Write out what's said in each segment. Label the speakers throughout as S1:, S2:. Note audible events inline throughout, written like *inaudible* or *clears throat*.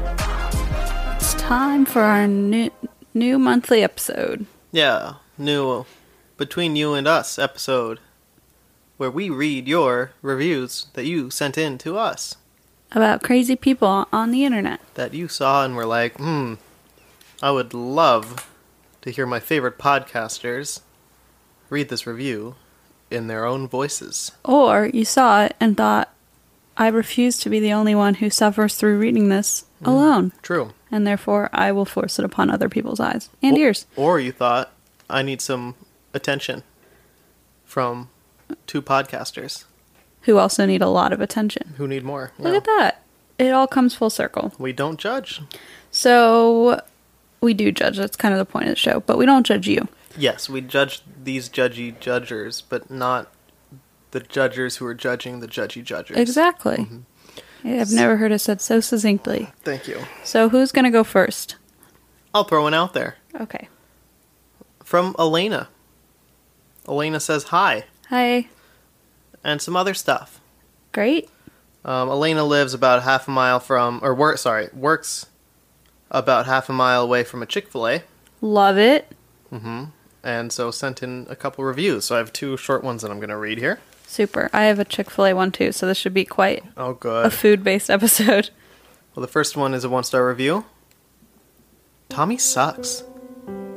S1: It's time for our new new monthly episode.
S2: Yeah, new Between You and Us episode, where we read your reviews that you sent in to us,
S1: about crazy people on the internet.
S2: that you saw and were like, hmm, I would love to hear my favorite podcasters read this review in their own voices.
S1: Or you saw it and thought, I refuse to be the only one who suffers through reading this alone,
S2: True.
S1: and therefore I will force it upon other people's eyes and
S2: O-
S1: ears.
S2: Or you thought, I need some attention from two podcasters
S1: Who also need a lot of attention.
S2: who need more.
S1: Look
S2: Yeah.
S1: at that. It all comes full circle.
S2: We don't judge.
S1: So we do judge. That's kind of the point of the show, but we don't judge you.
S2: Yes, we judge these judgy judgers, but not the judgers who are judging the judgy judgers.
S1: Exactly. I've never heard it said so succinctly.
S2: Thank you.
S1: So who's going to go first?
S2: I'll throw one out there
S1: Okay.
S2: from Elena. Elena says hi
S1: Hi.
S2: and some other stuff.
S1: Great.
S2: Um, Elena lives about half a mile from, or work, sorry, works about half a mile away from a Chick Fil A,
S1: Love it.
S2: and so sent in a couple reviews. So I have two short ones that I'm going to read here.
S1: Super. I have a Chick fil A one too, so this should be quite
S2: Oh,
S1: a
S2: good.
S1: food based *laughs* episode.
S2: Well, the first one is a one star review. Tommy sucks.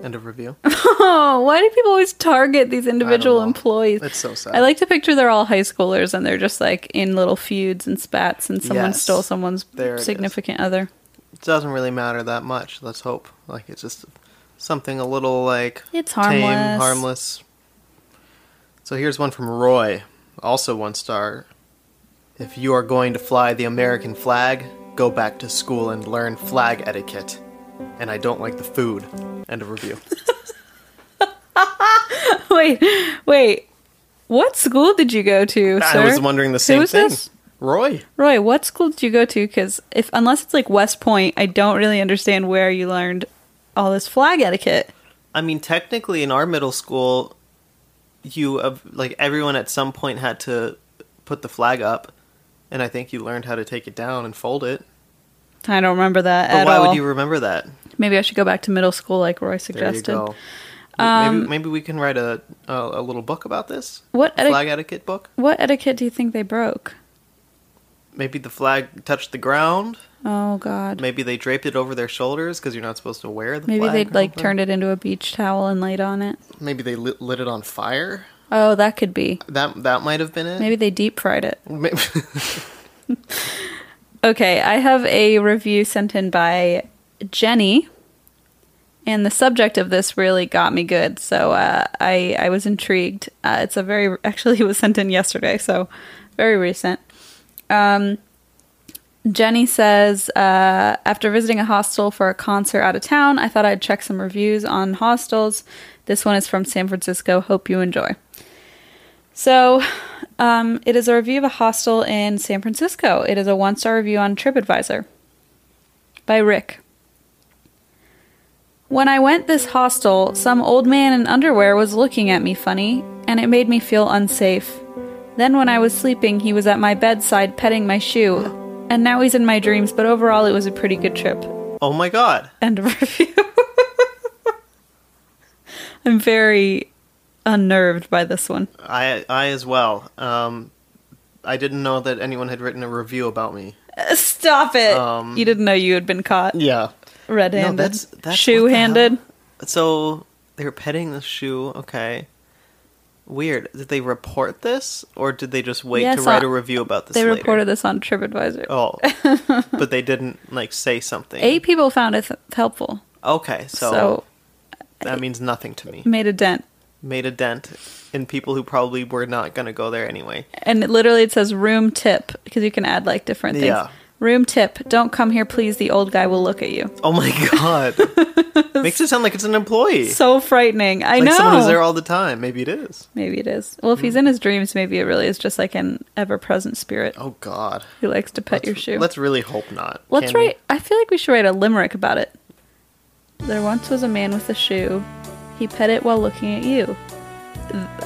S2: End of review.
S1: Oh, why do people always target these individual
S2: know.
S1: employees?
S2: It's uh, so
S1: *laughs*
S2: sad.
S1: I like to picture they're all high schoolers and they're just like in little feuds and spats, and someone
S2: Yes.
S1: stole someone's
S2: There it is.
S1: significant other.
S2: doesn't really matter that much. Let's hope. Like it's just something a little like
S1: It's harmless.
S2: tame, harmless. So here's one from Roy, also one star. If you are going to fly the American flag, go back to school and learn flag etiquette. And I don't like the food. End of review.
S1: *laughs* wait, wait. What school did you go to, *laughs* sir?
S2: I was wondering the same
S1: Who is
S2: thing.
S1: This?
S2: Roy.
S1: Roy, what school did you go to? Because if unless it's like West Point, I don't really understand where you learned all this flag etiquette.
S2: I mean, technically, in our middle school, you uh, like everyone at some point had to put the flag up, and I think you learned how to take it down and fold it.
S1: I don't remember that
S2: But
S1: at
S2: why
S1: all.
S2: would you remember that?
S1: Maybe I should go back to middle school, like Roy
S2: There
S1: suggested.
S2: you go.
S1: Um,
S2: maybe, maybe we can write a, a a little book about this
S1: What eti-
S2: flag etiquette book.
S1: what etiquette do you think they broke?
S2: Maybe the flag touched the ground.
S1: Oh God. Maybe,
S2: Maybe they draped it over their shoulders because you're not supposed to wear the flag.
S1: they like turned it into a beach towel and laid on it.
S2: Maybe they lit, lit it on fire.
S1: Oh, that could be.
S2: That that might have been it.
S1: Maybe they deep fried it.
S2: Maybe. *laughs*
S1: Okay, I have a review sent in by Jenny, and the subject of this really got me good. So uh, I I was intrigued. Uh, it's a very *laughs* actually it was sent in yesterday, so very recent. Um, Jenny says uh, after visiting a hostel for a concert out of town, I thought I'd check some reviews on hostels. This one is from San Francisco. Hope you enjoy. So, um, it is a review of a hostel in San Francisco. It is a one star review on TripAdvisor by Rick. When I went this hostel, some old man in underwear was looking at me funny, and it made me feel unsafe. Then, when I was sleeping, he was at my bedside petting my shoe, and now he's in my dreams, but overall, it was a pretty good trip.
S2: oh my god.
S1: End of *laughs* review. I'm very unnerved by this one.
S2: I I as well. Um, I didn't know that anyone had written a review about me.
S1: Uh, Stop it! you didn't know you had been caught
S2: Um, Yeah.
S1: red-handed,
S2: that's- that's what the hell-
S1: shoe-handed.
S2: So they were petting the shoe. Okay. Weird. Did they report this, or did they just wait
S1: Yes,
S2: to write
S1: uh,
S2: a review about this?
S1: They
S2: later?
S1: reported this on TripAdvisor. *laughs*
S2: Oh, but they didn't like say something.
S1: Eight people found it th- helpful,
S2: Okay, so,
S1: so
S2: that means nothing to me.
S1: made a dent.
S2: Made a dent in people who probably were not going to go there anyway.
S1: And it literally it says room tip because you can add like different things.
S2: Yeah.
S1: Room tip. Don't come here, please. The old guy will look at you. *laughs*
S2: Oh my god, makes it sound like it's an employee.
S1: So frightening. I
S2: like
S1: know.
S2: someone who's there all Hmm. the time. Maybe it is.
S1: maybe it is. Well, if he's in his dreams, maybe it really is just like an ever-present spirit
S2: Oh god,
S1: who likes to pet your shoe.
S2: Let's really hope not.
S1: Let's
S2: can we?
S1: write. I feel like we should write a limerick about it. There once was a man with a shoe. He pet it while looking at you.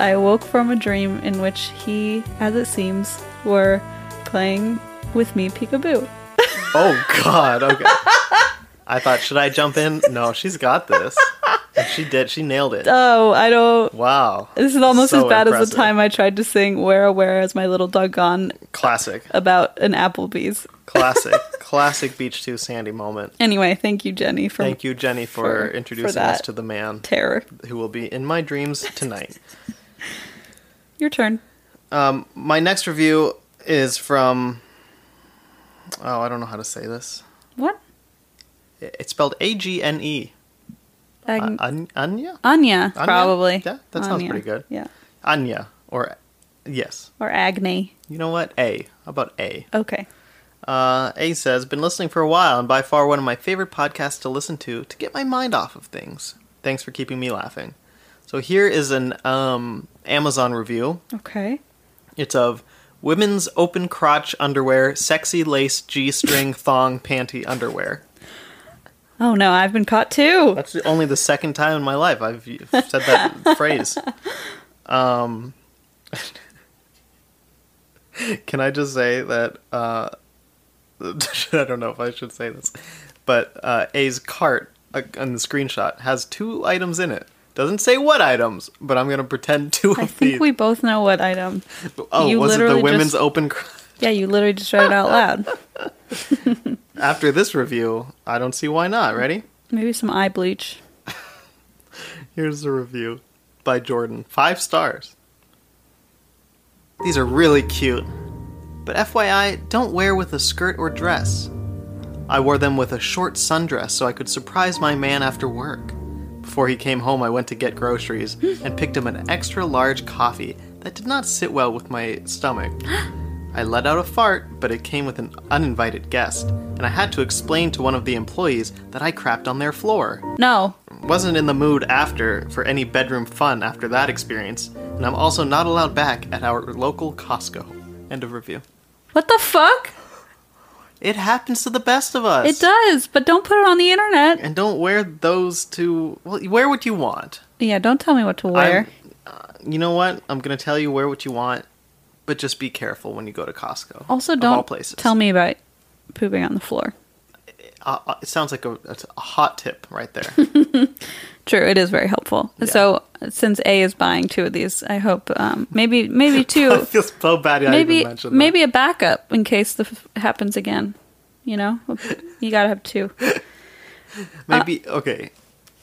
S1: I awoke from a dream in which he, as it seems, were playing with me peekaboo.
S2: Oh god. Okay. *laughs* I thought should I jump in? No, she's got this. And she did. She nailed it.
S1: Oh, I don't.
S2: Wow.
S1: This is almost
S2: So
S1: as bad as
S2: impressive.
S1: the time I tried to sing "Where, oh, where is my little dog gone?"
S2: Classic.
S1: about an Applebee's.
S2: Classic. *laughs* classic Beach 2 Sandy moment.
S1: Anyway, thank you, Jenny, for
S2: Thank you, Jenny,
S1: for- for
S2: for, introducing us
S1: that.
S2: to the man
S1: terror.
S2: who will be in my dreams tonight.
S1: Your turn.
S2: um, my next review is from. Oh, I don't know how to say this.
S1: What?
S2: I- It's spelled A G N E.
S1: Ag-
S2: Anya? Uh, Anya?
S1: Anya, probably.
S2: Yeah, that sounds pretty good.
S1: Yeah,
S2: Anya. Or. Yes.
S1: or Agni.
S2: You know what? A. How about A?
S1: Okay.
S2: Uh, A says, been listening for a while and by far one of my favorite podcasts to listen to to get my mind off of things. Thanks for keeping me laughing. So here is an um, Amazon review.
S1: Okay.
S2: It's of women's open crotch underwear, sexy lace G string thong panty underwear.
S1: Oh no, I've been caught too.
S2: That's only the second time in my life I've said that
S1: *laughs*
S2: phrase. Um, *laughs* can I just say that? Uh, *laughs* I don't know if I should say this, but uh, A's cart uh, on the screenshot has two items in it. Doesn't say what items, but I'm gonna pretend two
S1: I
S2: *laughs* of
S1: think
S2: these.
S1: we both know what item.
S2: oh,
S1: you
S2: was it the
S1: literally
S2: women's
S1: just-
S2: open? Cr-
S1: Yeah, you literally just read it out loud.
S2: After this review, I don't see why not. Ready?
S1: Maybe some eye bleach.
S2: Here's the review by Jordan. Five stars. These are really cute. But FYI, don't wear with a skirt or dress. I wore them with a short sundress so I could surprise my man after work. Before he came home, I went to get groceries and picked him an extra large coffee that did not sit well with my stomach. I let out a fart, but it came with an uninvited guest, and I had to explain to one of the employees that I crapped on their floor
S1: No.
S2: wasn't in the mood after for any bedroom fun after that experience, and I'm also not allowed back at our local Costco. End of review.
S1: What the fuck?
S2: It happens to the best of us.
S1: It does, but don't put it on the internet.
S2: And don't wear those to well, wear what you want.
S1: Yeah, don't tell me what to wear.
S2: I'm- you know what? I'm gonna tell you wear what you want, but just be careful when you go to Costco.
S1: also,
S2: Of all
S1: don't
S2: places.
S1: tell me about pooping on the floor.
S2: Uh, uh, it sounds like a, it's a hot tip right
S1: *laughs*
S2: there. *laughs*
S1: True, it is very helpful. So, since A is buying two of these, I hope um, maybe maybe
S2: *laughs* I
S1: two,
S2: feel so bad. I
S1: maybe
S2: even mentioned that.
S1: maybe a backup in case the f- happens again. You know, you gotta have two. Uh,
S2: Maybe okay.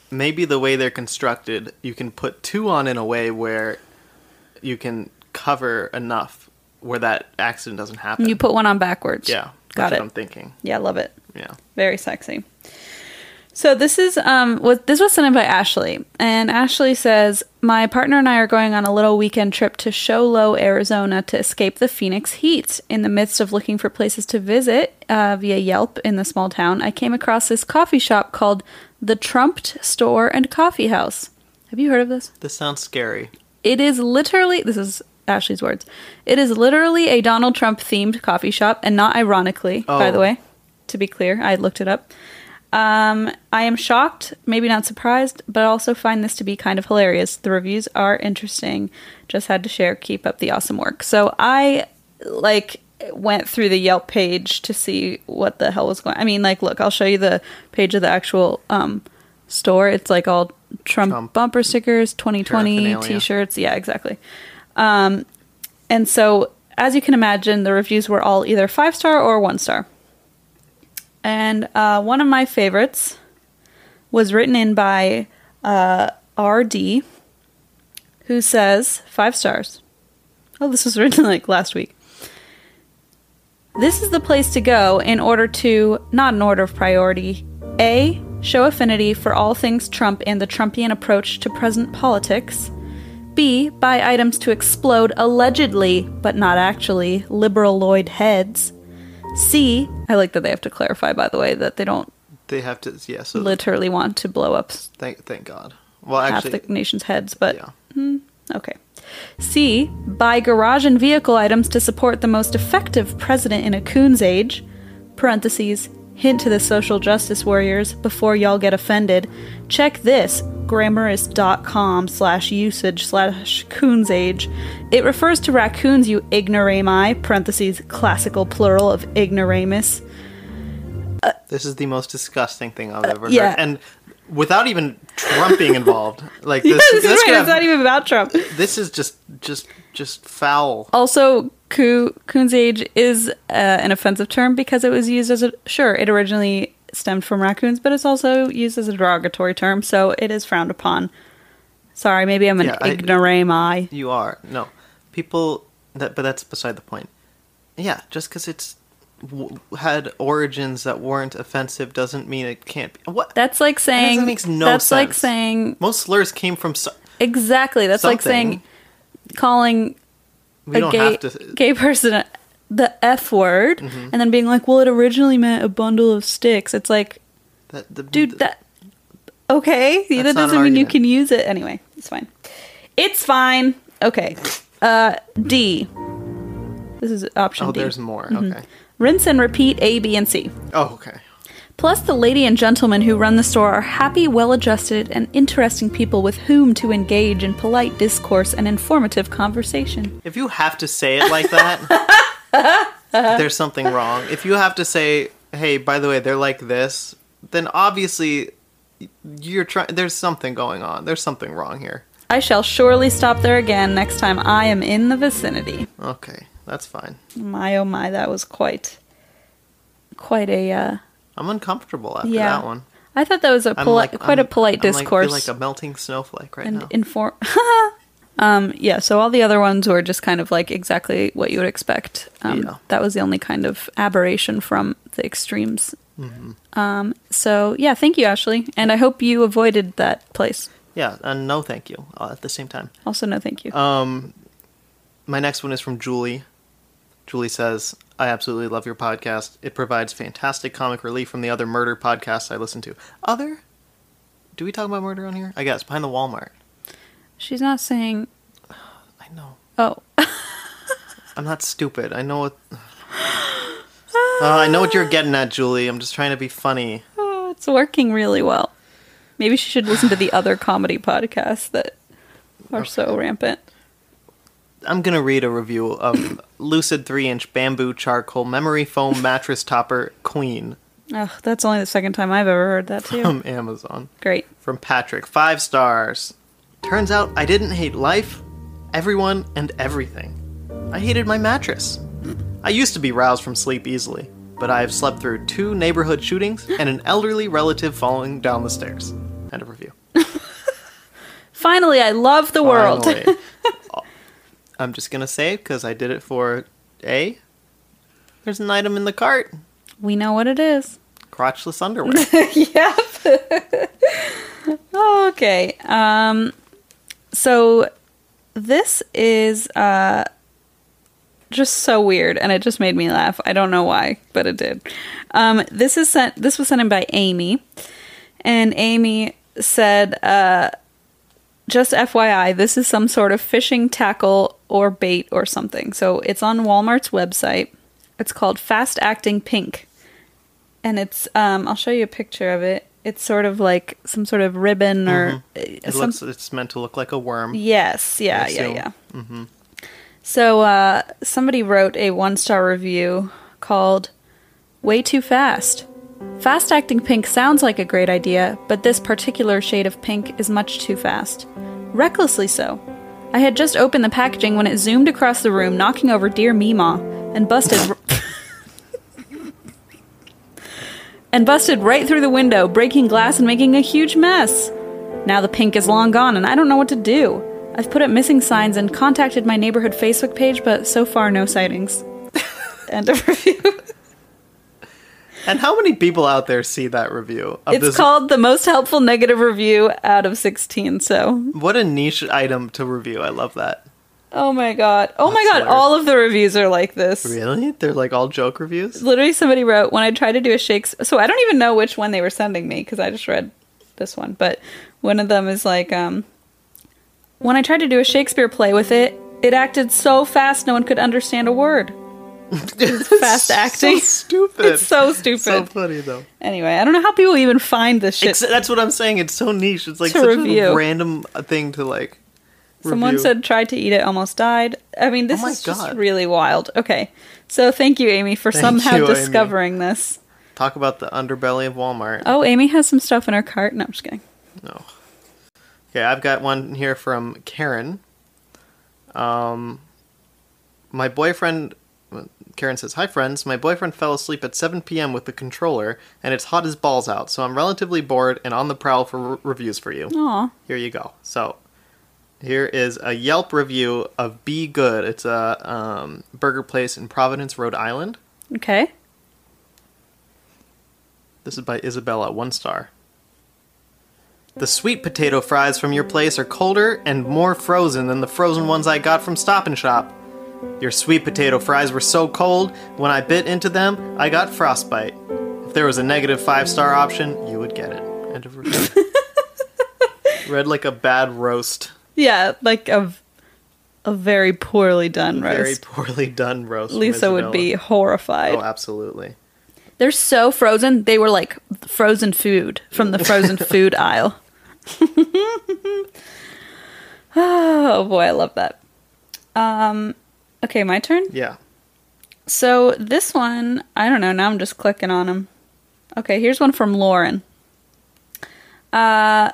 S2: Maybe the way they're constructed, you can put two on in a way where you can cover enough where that accident doesn't happen.
S1: You put one on backwards.
S2: yeah,
S1: got
S2: that's
S1: it.
S2: What I'm thinking.
S1: Yeah, love it.
S2: Yeah,
S1: Very sexy. So this is um what this was sent in by Ashley, and Ashley says my partner and I are going on a little weekend trip to Sholo, Arizona, to escape the Phoenix heat. In the midst of looking for places to visit uh, via Yelp in the small town, I came across this coffee shop called the Trumped Store and Coffee House. Have you heard of this?
S2: this sounds scary.
S1: It is literally, this is Ashley's words. It is literally a Donald Trump themed coffee shop, and not ironically, by
S2: Oh.
S1: the way, to be clear. I looked it up. Um, I am shocked, maybe not surprised, but I also find this to be kind of hilarious. The reviews are interesting. Just had to share. Keep up the awesome work. So I like went through the Yelp page to see what the hell was going. I mean, like, look, I'll show you the page of the actual um store. It's like all Trump,
S2: Trump
S1: bumper stickers, 2020
S2: paraphernalia.
S1: t-shirts. Yeah, exactly. Um, and so as you can imagine, the reviews were all either five star or one star. And uh, one of my favorites was written in by uh, RD, who says five stars. Oh, this was *laughs* written like last week. This is the place to go in order to, not in order of priority, A, show affinity for all things Trump and the Trumpian approach to present politics, B, buy items to explode allegedly, but not actually, liberal Lloyd heads, C, I like that they have to clarify, by the way, that they don't
S2: They have to, yeah. So
S1: literally want to blow up
S2: thank thank God. Well,
S1: half
S2: actually,
S1: the nation's heads, but
S2: yeah.
S1: Okay. C. Buy garage and vehicle items to support the most effective president in a coon's age. Parentheses. Hint to the social justice warriors before y'all get offended. Check this grammarist.com slash usage slash coon's age. It refers to raccoons, you ignorami, parentheses, classical plural of ignoramus.
S2: This is the most disgusting thing I've ever
S1: Uh, yeah.
S2: heard, and without even Trump being involved.
S1: *laughs*
S2: Like this,
S1: Yeah, this is
S2: could
S1: right. It's
S2: have-
S1: not even about Trump.
S2: this is just just just foul.
S1: Also, Ku- Coon's age is uh, an offensive term because it was used as a sure. It originally stemmed from raccoons, but it's also used as a derogatory term, so it is frowned upon. Sorry, maybe I'm an
S2: Yeah, I-
S1: ignorami.
S2: You are no people, that, but that's beside the point. Yeah, just because it's w- had origins that weren't offensive doesn't mean it can't be. What?
S1: That's like saying
S2: makes no
S1: that's like
S2: sense.
S1: saying
S2: Most slurs came from. So-
S1: exactly. That's like saying
S2: Something.
S1: calling
S2: we
S1: a
S2: don't
S1: gay
S2: have to. Mm-hmm.
S1: gay person a- the f word and then being like, well, it originally meant a bundle of sticks. It's like
S2: That, the,
S1: dude that okay that
S2: That's not an
S1: doesn't mean you
S2: argument.
S1: can use it anyway it's fine it's fine okay uh d this is option
S2: Oh,
S1: d
S2: there's more.
S1: Mm-hmm.
S2: Okay.
S1: rinse and repeat a b and c
S2: Oh, okay.
S1: plus the lady and gentleman who run the store are happy well-adjusted and interesting people with whom to engage in polite discourse and informative conversation
S2: If you have to say it like that,
S1: *laughs*
S2: there's something wrong. If you have to say, "Hey, by the way, they're like this," then obviously you're trying. There's something going on. There's something wrong here.
S1: i shall surely stop there again next time i am in the vicinity
S2: Okay, that's fine.
S1: my oh my that was quite quite a uh
S2: I'm uncomfortable after
S1: Yeah.
S2: that one.
S1: I thought that was a
S2: I'm
S1: polite, quite a
S2: I'm-
S1: polite
S2: I'm
S1: discourse
S2: Like, feel like a melting snowflake right
S1: and
S2: now.
S1: inform. *laughs* um, yeah. So all the other ones were just kind of like exactly what you would expect. Um,
S2: Yeah.
S1: That was the only kind of aberration from the extremes.
S2: Mm-hmm.
S1: Um, so yeah, thank you, Ashley, and I hope you avoided that place.
S2: yeah, and no, thank you. Uh, at the same time.
S1: Also, no, thank you.
S2: Um, my next one is from Julie. Julie says, "I absolutely love your podcast. It provides fantastic comic relief from the other murder podcasts I listen to. Other? Do we talk about murder on here? I guess behind the Walmart.
S1: She's not saying.
S2: I know.
S1: Oh, *laughs*
S2: I'm not stupid. I know what. *sighs* Uh, I know what you're getting at, Julie. I'm just trying to be funny.
S1: oh, it's working really well. Maybe she should listen to the other comedy podcasts that are so rampant.
S2: I'm gonna read a review of Lucid three inch bamboo charcoal memory foam mattress topper Queen
S1: Ugh, that's only the second time I've ever heard that too.
S2: from Amazon.
S1: Great.
S2: from Patrick. Five stars. Turns out I didn't hate life, everyone, and everything. I hated my mattress. I used to be roused from sleep easily, but I have slept through two neighborhood shootings and an elderly relative falling down the stairs. End of review.
S1: Finally, I love the world.
S2: Finally. I'm just gonna say it because I did it for A. There's an item in the cart.
S1: *laughs* We know what it is. *laughs*
S2: Crotchless underwear.
S1: Yep. okay. Um so this is uh just so weird and it just made me laugh. I don't know why, but it did. Um this is sent this was sent in by Amy. And Amy said uh just FYI, this is some sort of fishing tackle or bait or something. So it's on Walmart's website. It's called Fast Acting Pink. and it's um i'll show you a picture of it it's sort of like some sort of ribbon or uh,
S2: Mm-hmm. It
S1: some,
S2: looks. It's meant to look like a worm.
S1: yes yeah
S2: I
S1: yeah
S2: assume.
S1: yeah so uh somebody wrote a one star review called way too fast fast acting pink sounds like a great idea but this particular shade of pink is much too fast recklessly so I had just opened the packaging when it zoomed across the room, knocking over dear Mima, and busted. *laughs* and busted right through the window, breaking glass and making a huge mess. Now the pink is long gone, and I don't know what to do. I've put up missing signs and contacted my neighborhood Facebook page, but so far no
S2: *laughs*
S1: sightings. End of review.
S2: And how many people out there see that review? Of
S1: It's called the most helpful negative review out of 16, so
S2: What a niche item to review. I love that.
S1: Oh my god. Oh my
S2: That's
S1: god,
S2: hilarious.
S1: all of the reviews are like this.
S2: Really? They're like all joke reviews?
S1: Literally somebody wrote when I tried to do a Shakespeare so I don't even know which one they were sending me cuz I just read this one, but one of them is like um when I tried to do a Shakespeare play with it, it acted so fast no one could understand a
S2: *laughs*
S1: word. fast acting. *laughs*
S2: So *laughs* stupid.
S1: It's so
S2: So
S1: stupid.
S2: funny though.
S1: anyway, I don't know how people even find this shit.
S2: Ex- that's what I'm saying. It's so niche. It's like
S1: To
S2: such a
S1: review.
S2: random thing to like.
S1: Someone
S2: review. Oh
S1: said tried to eat it, almost died. I mean, this
S2: my
S1: is just
S2: God.
S1: really wild. Okay, so thank you, Amy, for
S2: Thank
S1: somehow
S2: you, Amy.
S1: discovering this.
S2: talk about the underbelly of Walmart.
S1: Oh, Amy has some stuff in her cart. No, I'm just kidding.
S2: No. Okay, I've got one here from Karen. Um, my boyfriend. Karen says, Hi, friends. My boyfriend fell asleep at 7 p.m. with the controller, and it's hot as balls out, so I'm relatively bored and on the prowl for re- reviews for you.
S1: Aw,
S2: Here you go. So, here is a Yelp review of Be Good. It's a um, burger place in Providence, Rhode Island.
S1: okay.
S2: This is by Isabella, one star. The sweet potato fries from your place are colder and more frozen than the frozen ones I got from Stop and Shop. Your sweet potato fries were so cold, when I bit into them, I got frostbite. If there was a negative five star option, you would get it. End
S1: *laughs*
S2: of review. Read like a bad roast.
S1: Yeah, like a v- a very poorly done
S2: Very
S1: roast.
S2: poorly done roast. from
S1: Lisa would be
S2: Isabella.
S1: horrified.
S2: Oh, absolutely.
S1: They're so frozen. They were like frozen food from the
S2: *laughs*
S1: frozen food aisle. *laughs* oh boy, I love that. Um, okay, my turn.
S2: Yeah.
S1: So this one, I don't know. Now I'm just clicking on them. Okay, here's one from Lauren. Uh,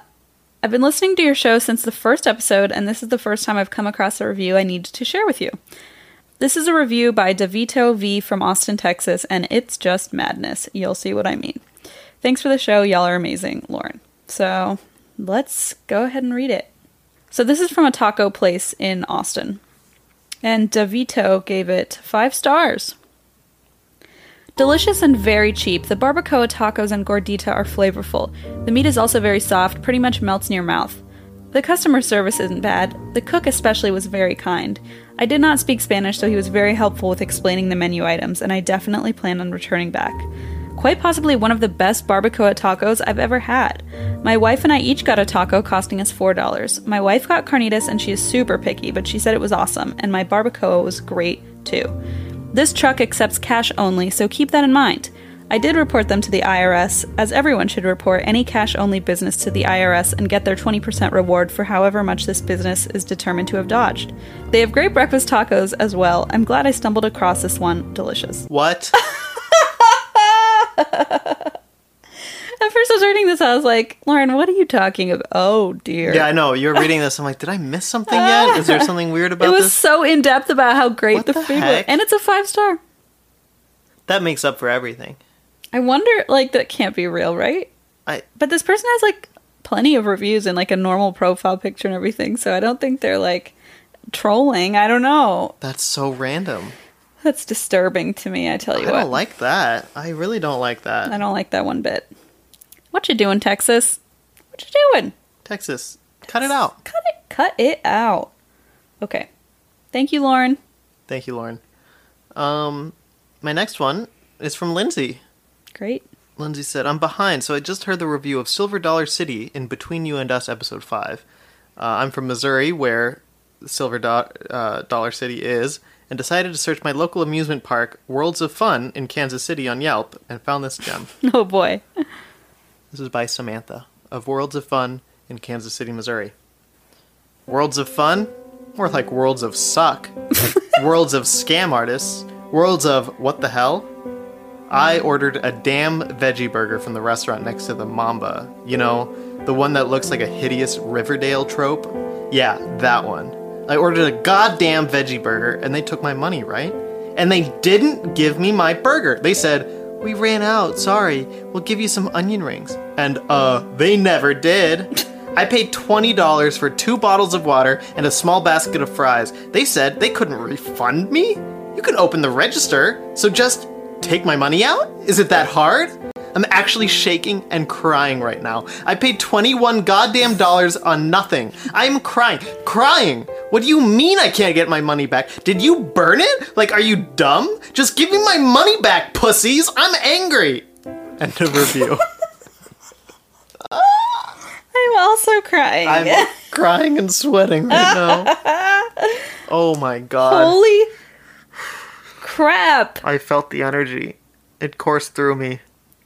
S1: I've been listening to your show since the first episode, and this is the first time I've come across a review I need to share with you. This is a review by DeVito V from Austin, Texas, and it's just madness. You'll see what I mean. Thanks for the show. Y'all are amazing, Lauren. So let's go ahead and read it. So this is from a taco place in Austin. And DeVito gave it five stars. Delicious and very cheap, the barbacoa tacos and gordita are flavorful. The meat is also very soft, pretty much melts in your mouth. The customer service isn't bad. The cook, especially, was very kind. I did not speak Spanish, so he was very helpful with explaining the menu items, and I definitely plan on returning back. Quite possibly one of the best barbacoa tacos I've ever had. My wife and I each got a taco, costing us $4. My wife got carnitas, and she is super picky, but she said it was awesome, and my barbacoa was great too. This truck accepts cash only, so keep that in mind. I did report them to the IRS, as everyone should report any cash only business to the IRS and get their 20% reward for however much this business is determined to have dodged. They have great breakfast tacos as well. I'm glad I stumbled across this one. Delicious.
S2: What?
S1: *laughs* At first, I was reading this, I was like, Lauren, what are you talking about? Oh dear.
S2: yeah, I know. You're reading this. I'm like, did I miss something yet? Is there
S1: *laughs*
S2: something weird about
S1: It was
S2: this?
S1: so in depth about how great
S2: What
S1: the,
S2: the
S1: food was.
S2: heck?
S1: And it's a five star.
S2: That makes up for everything.
S1: I wonder, like, that can't be real, right?
S2: I
S1: But this person has like plenty of reviews and like a normal profile picture and everything, so I don't think they're like trolling. I don't know.
S2: that's so random.
S1: That's disturbing to me, I tell
S2: I
S1: you what.
S2: don't like that. I really don't like that.
S1: I don't like that one bit. What you doing, Texas? What you doing?
S2: Texas, cut it out.
S1: Cut it cut it out. Okay. Thank you, Lauren.
S2: Thank you, Lauren. Um, my next one is from Lindsay.
S1: Great. *laughs*
S2: Lindsay said, I'm behind, so I just heard the review of Silver Dollar City in Between You and Us, Episode 5. Uh, I'm from Missouri, where Silver Do- uh, Dollar City is, and decided to search my local amusement park, Worlds of Fun, in Kansas City on Yelp, and found this gem.
S1: Oh boy.
S2: This is by Samantha of Worlds of Fun in Kansas City, Missouri. Worlds of Fun? More like Worlds of Suck. worlds of Scam Artists. Worlds of What the Hell? I ordered a damn veggie burger from the restaurant next to the Mamba. You know, the one that looks like a hideous Riverdale trope? Yeah, that one. I ordered a goddamn veggie burger and they took my money, right? And they didn't give me my burger. They said, We ran out, sorry, we'll give you some onion rings. And uh, they never did. I paid $20 for two bottles of water and a small basket of fries. They said they couldn't refund me? You can open the register, so just take my money out? Is it that hard? I'm actually shaking and crying right now. I paid 21 goddamn dollars on nothing. I'm crying. Crying! What do you mean I can't get my money back? Did you burn it? Like, are you dumb? Just give me my money back, pussies! I'm angry! End of review.
S1: I'm also crying.
S2: I'm crying and sweating right now. Oh my god.
S1: Holy crap!
S2: I felt the energy. It coursed through me.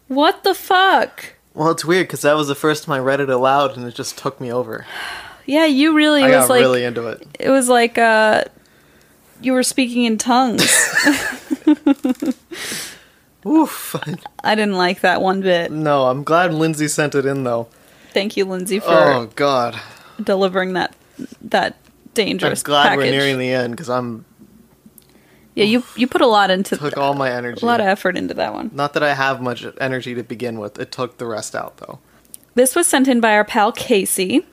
S1: What the fuck?
S2: Well, it's weird because that was the first time I read it aloud and it just took me over.
S1: Yeah, you really
S2: I
S1: was
S2: got
S1: like
S2: really into it.
S1: it was like uh you were speaking in tongues.
S2: *laughs* Oof.
S1: I didn't like that one bit.
S2: *laughs* No, I'm glad Lindsay sent it in though.
S1: Thank you, Lindsay, for
S2: Oh god.
S1: delivering that that
S2: I'm
S1: dangerous
S2: glad
S1: package.
S2: we're nearing the end because I'm
S1: yeah, you you put a lot into
S2: took all my energy.
S1: a lot of effort into that one.
S2: Not that I have much energy to begin with. It took the rest out though.
S1: This was sent in by our pal Casey,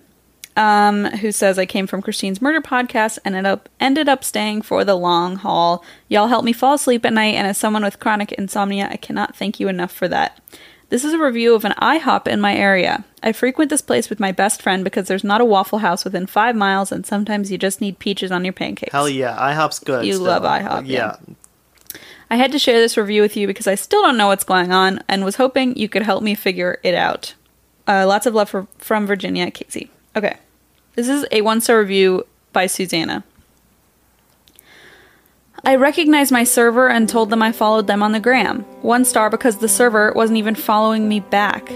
S1: um, who says I came from Christine's murder podcast and ended up ended up staying for the long haul. Y'all help me fall asleep at night, and as someone with chronic insomnia, I cannot thank you enough for that. This is a review of an IHOP in my area. I frequent this place with my best friend because there's not a Waffle House within five miles, and sometimes you just need peaches on your pancakes.
S2: Hell yeah, IHOP's good.
S1: You
S2: still.
S1: love IHOP,
S2: Yeah.
S1: I had to share this review with you because I still don't know what's going on and was hoping you could help me figure it out. Uh, lots of love for, from Virginia, Casey. Okay. This is a one star review by Susanna. I recognized my server and told them I followed them on the gram. One star because the server wasn't even following me back.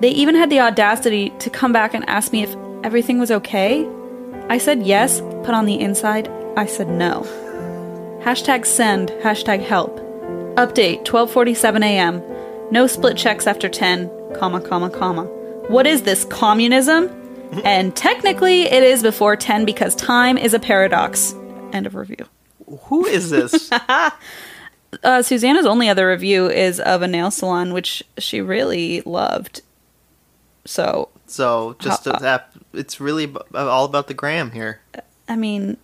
S1: they even had the audacity to come back and ask me if everything was okay. I said yes, but on the inside, I said no. Hashtag send, hashtag help. Update 12:47 a.m. No split checks after 10, comma comma comma. What is this communism? and technically it is before 10 because time is a paradox. End of review.
S2: Who is
S1: *laughs*
S2: this?
S1: Uh, Susanna's only other review is of a nail salon which she really loved. So,
S2: so just a app. It's really ab- all about the gram here.
S1: I mean,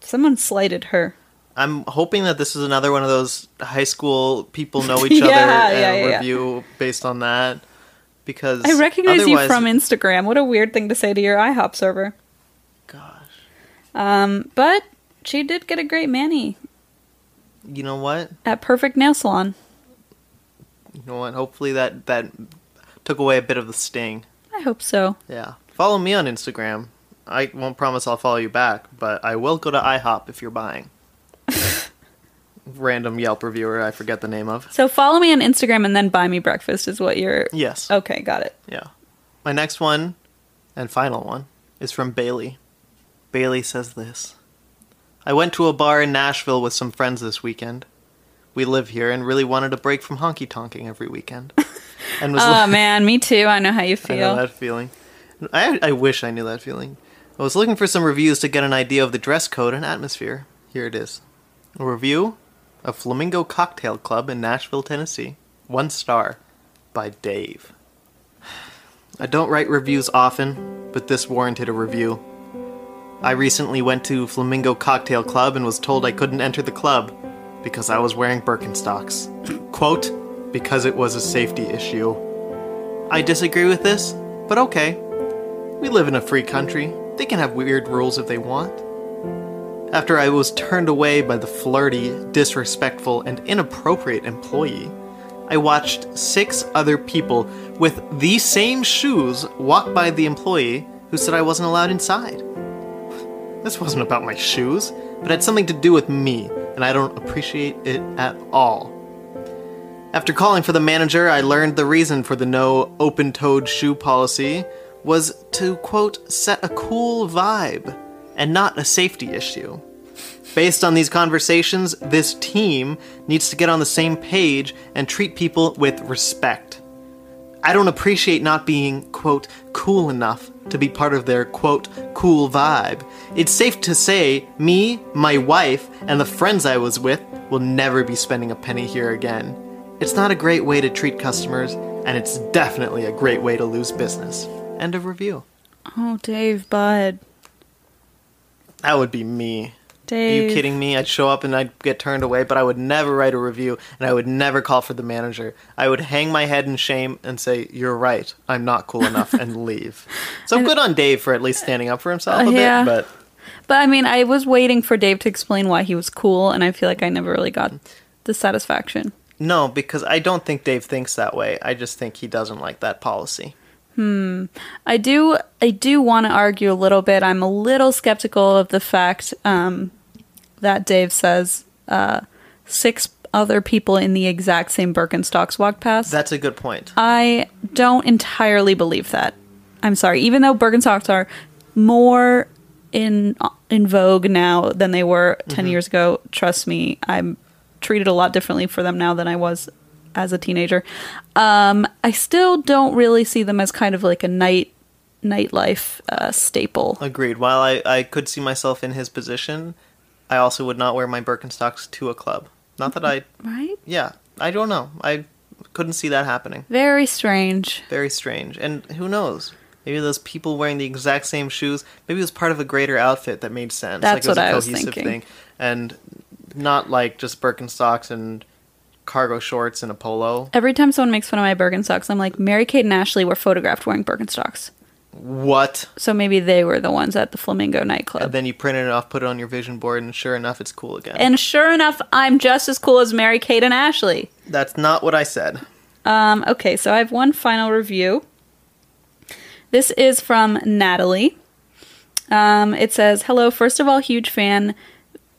S1: someone slighted her.
S2: I'm hoping that this is another one of those high school
S1: *laughs*
S2: people know each other
S1: Yeah,
S2: uh,
S1: yeah, yeah, yeah.
S2: review based on that because
S1: I recognize you
S2: otherwise-
S1: from Instagram. What a weird thing to say to your IHOP server.
S2: Gosh,
S1: Um, but she did get a great Manny
S2: you know what?
S1: at Perfect Nail Salon.
S2: You know what? Hopefully that that took away a bit of the sting.
S1: I hope so.
S2: Yeah, follow me on Instagram. I won't promise I'll follow you back, but I will go to IHOP if you're buying. Random Yelp reviewer, I forget the name of.
S1: So follow me on Instagram and then buy me breakfast is what you're.
S2: Yes.
S1: Okay, got it.
S2: Yeah. My next one and final one is from Bailey. Bailey says this I went to a bar in Nashville with some friends this weekend. We live here and really wanted a break from honky tonking every weekend. And was
S1: Oh man, me too. I know how you
S2: I know
S1: feel.
S2: that feeling. I, I wish I knew that feeling. I was looking for some reviews to get an idea of the dress code and atmosphere. Here it is. A review of Flamingo Cocktail Club in Nashville, Tennessee. One star by Dave. I don't write reviews often, but this warranted a review. I recently went to Flamingo Cocktail Club and was told I couldn't enter the club because I was wearing Birkenstocks. *clears throat* Quote, because it was a safety issue. I disagree with this, but okay. We live in a free country. They can have weird rules if they want. After I was turned away by the flirty, disrespectful, and inappropriate employee, I watched six other people with the same shoes walk by the employee who said I wasn't allowed inside. This wasn't about my shoes, but had something to do with me, and I don't appreciate it at all. After calling for the manager, I learned the reason for the no open toed shoe policy was to, quote, set a cool vibe and not a safety issue. Based on these conversations, this team needs to get on the same page and treat people with respect. I don't appreciate not being, quote, cool enough to be part of their, quote, cool vibe. It's safe to say me, my wife, and the friends I was with will never be spending a penny here again. It's not a great way to treat customers, and it's definitely a great way to lose business. End of review.
S1: Oh, Dave, bud.
S2: That would be me.
S1: Dave.
S2: Are you kidding me? I'd show up and I'd get turned away, but I would never write a review and I would never call for the manager. I would hang my head in shame and say, You're right. I'm not cool enough
S1: *laughs*
S2: and leave. So good on Dave for at least standing up for himself a
S1: Uh, yeah.
S2: bit, but
S1: But I mean, I was waiting for Dave to explain why he was cool, and I feel like I never really got the satisfaction.
S2: no, because I don't think Dave thinks that way. I just think he doesn't like that policy.
S1: I do I do want to argue a little bit. I'm a little skeptical of the fact um, that Dave says uh, six other people in the exact same Birkenstocks walked past.
S2: That's a good point.
S1: I don't entirely believe that. I'm sorry. Even though Birkenstocks are more in in vogue now than they were 10 years ago, trust me, I'm treated a lot differently for them now than I was as a teenager. Um, I still don't really see them as kind of like a night nightlife uh, staple.
S2: Agreed. While I, I could see myself in his position, I also would not wear my Birkenstocks to a club. Not that I,
S1: Right?
S2: yeah, I don't know. I couldn't see that happening.
S1: Very strange.
S2: Very strange. And who knows? Maybe those people wearing the exact same shoes, maybe it was part of a greater outfit that made sense.
S1: That's
S2: it was
S1: what
S2: a
S1: I was
S2: cohesive
S1: thinking.
S2: Thing. And not like just Birkenstocks and cargo shorts and a polo.
S1: Every time someone makes fun of my Birkenstocks, I'm like, Mary Kate and Ashley were photographed wearing Birkenstocks.
S2: What?
S1: So maybe they were the ones at the Flamingo nightclub.
S2: And then you print it off, put it on your vision board, and sure enough, it's cool again.
S1: And sure enough, I'm just as cool as Mary Kate and Ashley.
S2: That's not what I said.
S1: Um, okay, so I have one final review. This is from Natalie. Um, it says, Hello, first of all, huge fan.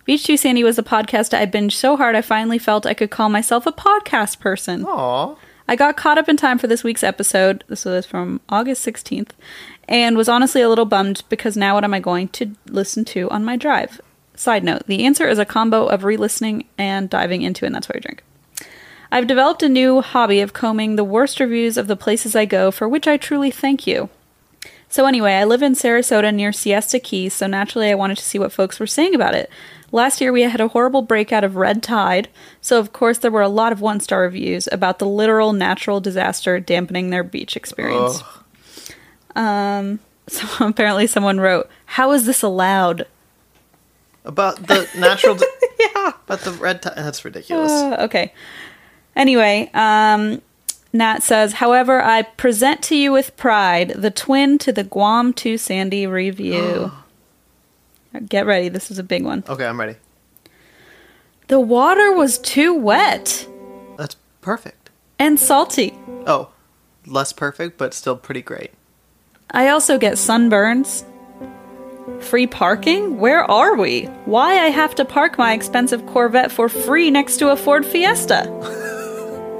S1: Beach 2 Sandy was a podcast I binged so hard I finally felt I could call myself a podcast person.
S2: Aw.
S1: I got caught up in time for this week's episode. This was from August 16th. And was honestly a little bummed because now what am I going to listen to on my drive? Side note the answer is a combo of re listening and diving into, and that's why I drink. I've developed a new hobby of combing the worst reviews of the places I go, for which I truly thank you. So, anyway, I live in Sarasota near Siesta Key, so naturally I wanted to see what folks were saying about it. Last year we had a horrible breakout of red tide, so of course there were a lot of one star reviews about the literal natural disaster dampening their beach experience. Um, *laughs* so apparently someone wrote, How is this allowed?
S2: About
S1: *laughs*
S2: the natural. yeah. About the red tie. That's ridiculous.
S1: Uh, okay. Anyway, um, Nat says, however, I present to you with pride the twin to the Guam 2 Sandy review. Get ready, this is a big one.
S2: okay, I'm ready.
S1: The water was too wet
S2: That's perfect.
S1: and salty.
S2: Oh, less perfect, but still pretty great.
S1: I also get sunburns. Free parking? Where are we? Why I have to park my expensive Corvette for free next to a Ford Fiesta?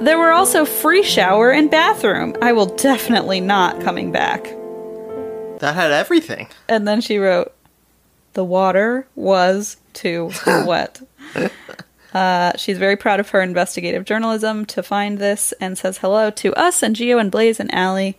S1: *laughs* there were also free shower and bathroom. I will definitely not coming back.
S2: That had everything.
S1: And then she wrote, The water was
S2: *laughs*
S1: too wet. Uh, she's very proud of her investigative journalism to find this and says hello to us and Geo and Blaze and Allie.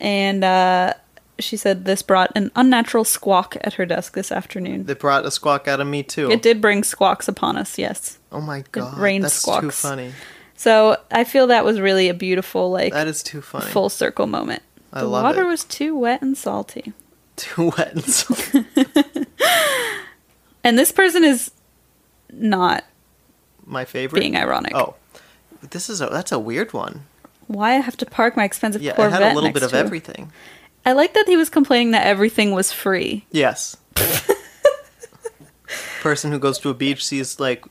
S1: And uh, she said this brought an unnatural squawk at her desk this afternoon.
S2: They brought a squawk out of me too.
S1: it did bring squawks upon us, yes.
S2: Oh my god,
S1: rained
S2: that's too
S1: squawks.
S2: funny.
S1: So I feel that was really a beautiful, like,
S2: That is too funny. *laughs*
S1: full circle moment.
S2: I
S1: the
S2: love
S1: water
S2: it.
S1: was too wet and salty.
S2: Too wet. And so-
S1: And this person is not
S2: *laughs* my favorite.
S1: being ironic.
S2: oh, this is a that's a weird one.
S1: why I have to park my expensive
S2: Yeah,
S1: Corvette.
S2: it had a little
S1: next
S2: bit of
S1: to-
S2: everything.
S1: I like that he was complaining that everything was free.
S2: Yes.
S1: *laughs*
S2: Person who goes to a beach sees like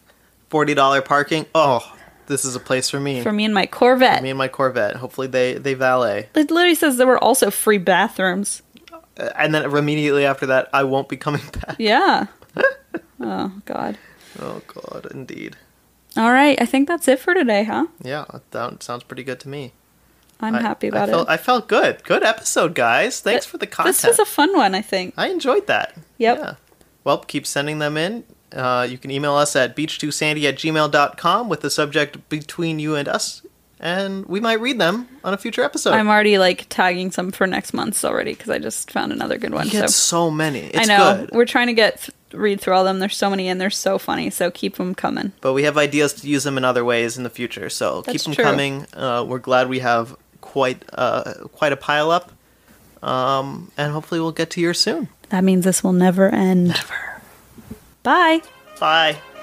S2: forty dollar parking. Oh, this is a place for me.
S1: For me and my Corvette.
S2: me and my Corvette. Hopefully they they valet.
S1: it literally says there were also free bathrooms.
S2: Uh, And then immediately after that, I won't be coming *laughs* back.
S1: Yeah. oh God.
S2: Oh god, indeed.
S1: All right, I think that's it for today, huh?
S2: Yeah, that sounds pretty good to me.
S1: I'm
S2: I-
S1: happy about
S2: I felt,
S1: it.
S2: I felt good. Good episode, guys. Thanks
S1: Th-
S2: for the content.
S1: This was a fun one, I think.
S2: I enjoyed that.
S1: Yep.
S2: Well, keep sending them in. Uh, you can email us at beach2sandy at gmail.com with the subject between you and us and we might read them on a future episode.
S1: I'm already like tagging some for next month's already because I just found another good one.
S2: you get
S1: so
S2: so many.
S1: I
S2: It's
S1: know
S2: good.
S1: we're trying to get th- read through all them. There's so many and they're so funny. So keep them coming.
S2: But we have ideas to use them in other ways in the future, so keep
S1: That's
S2: them
S1: true.
S2: coming. Uh, we're glad we have quite uh, quite a pile up, um, and hopefully we'll get to yours soon.
S1: That means this will never end. Never. Bye.
S2: Bye.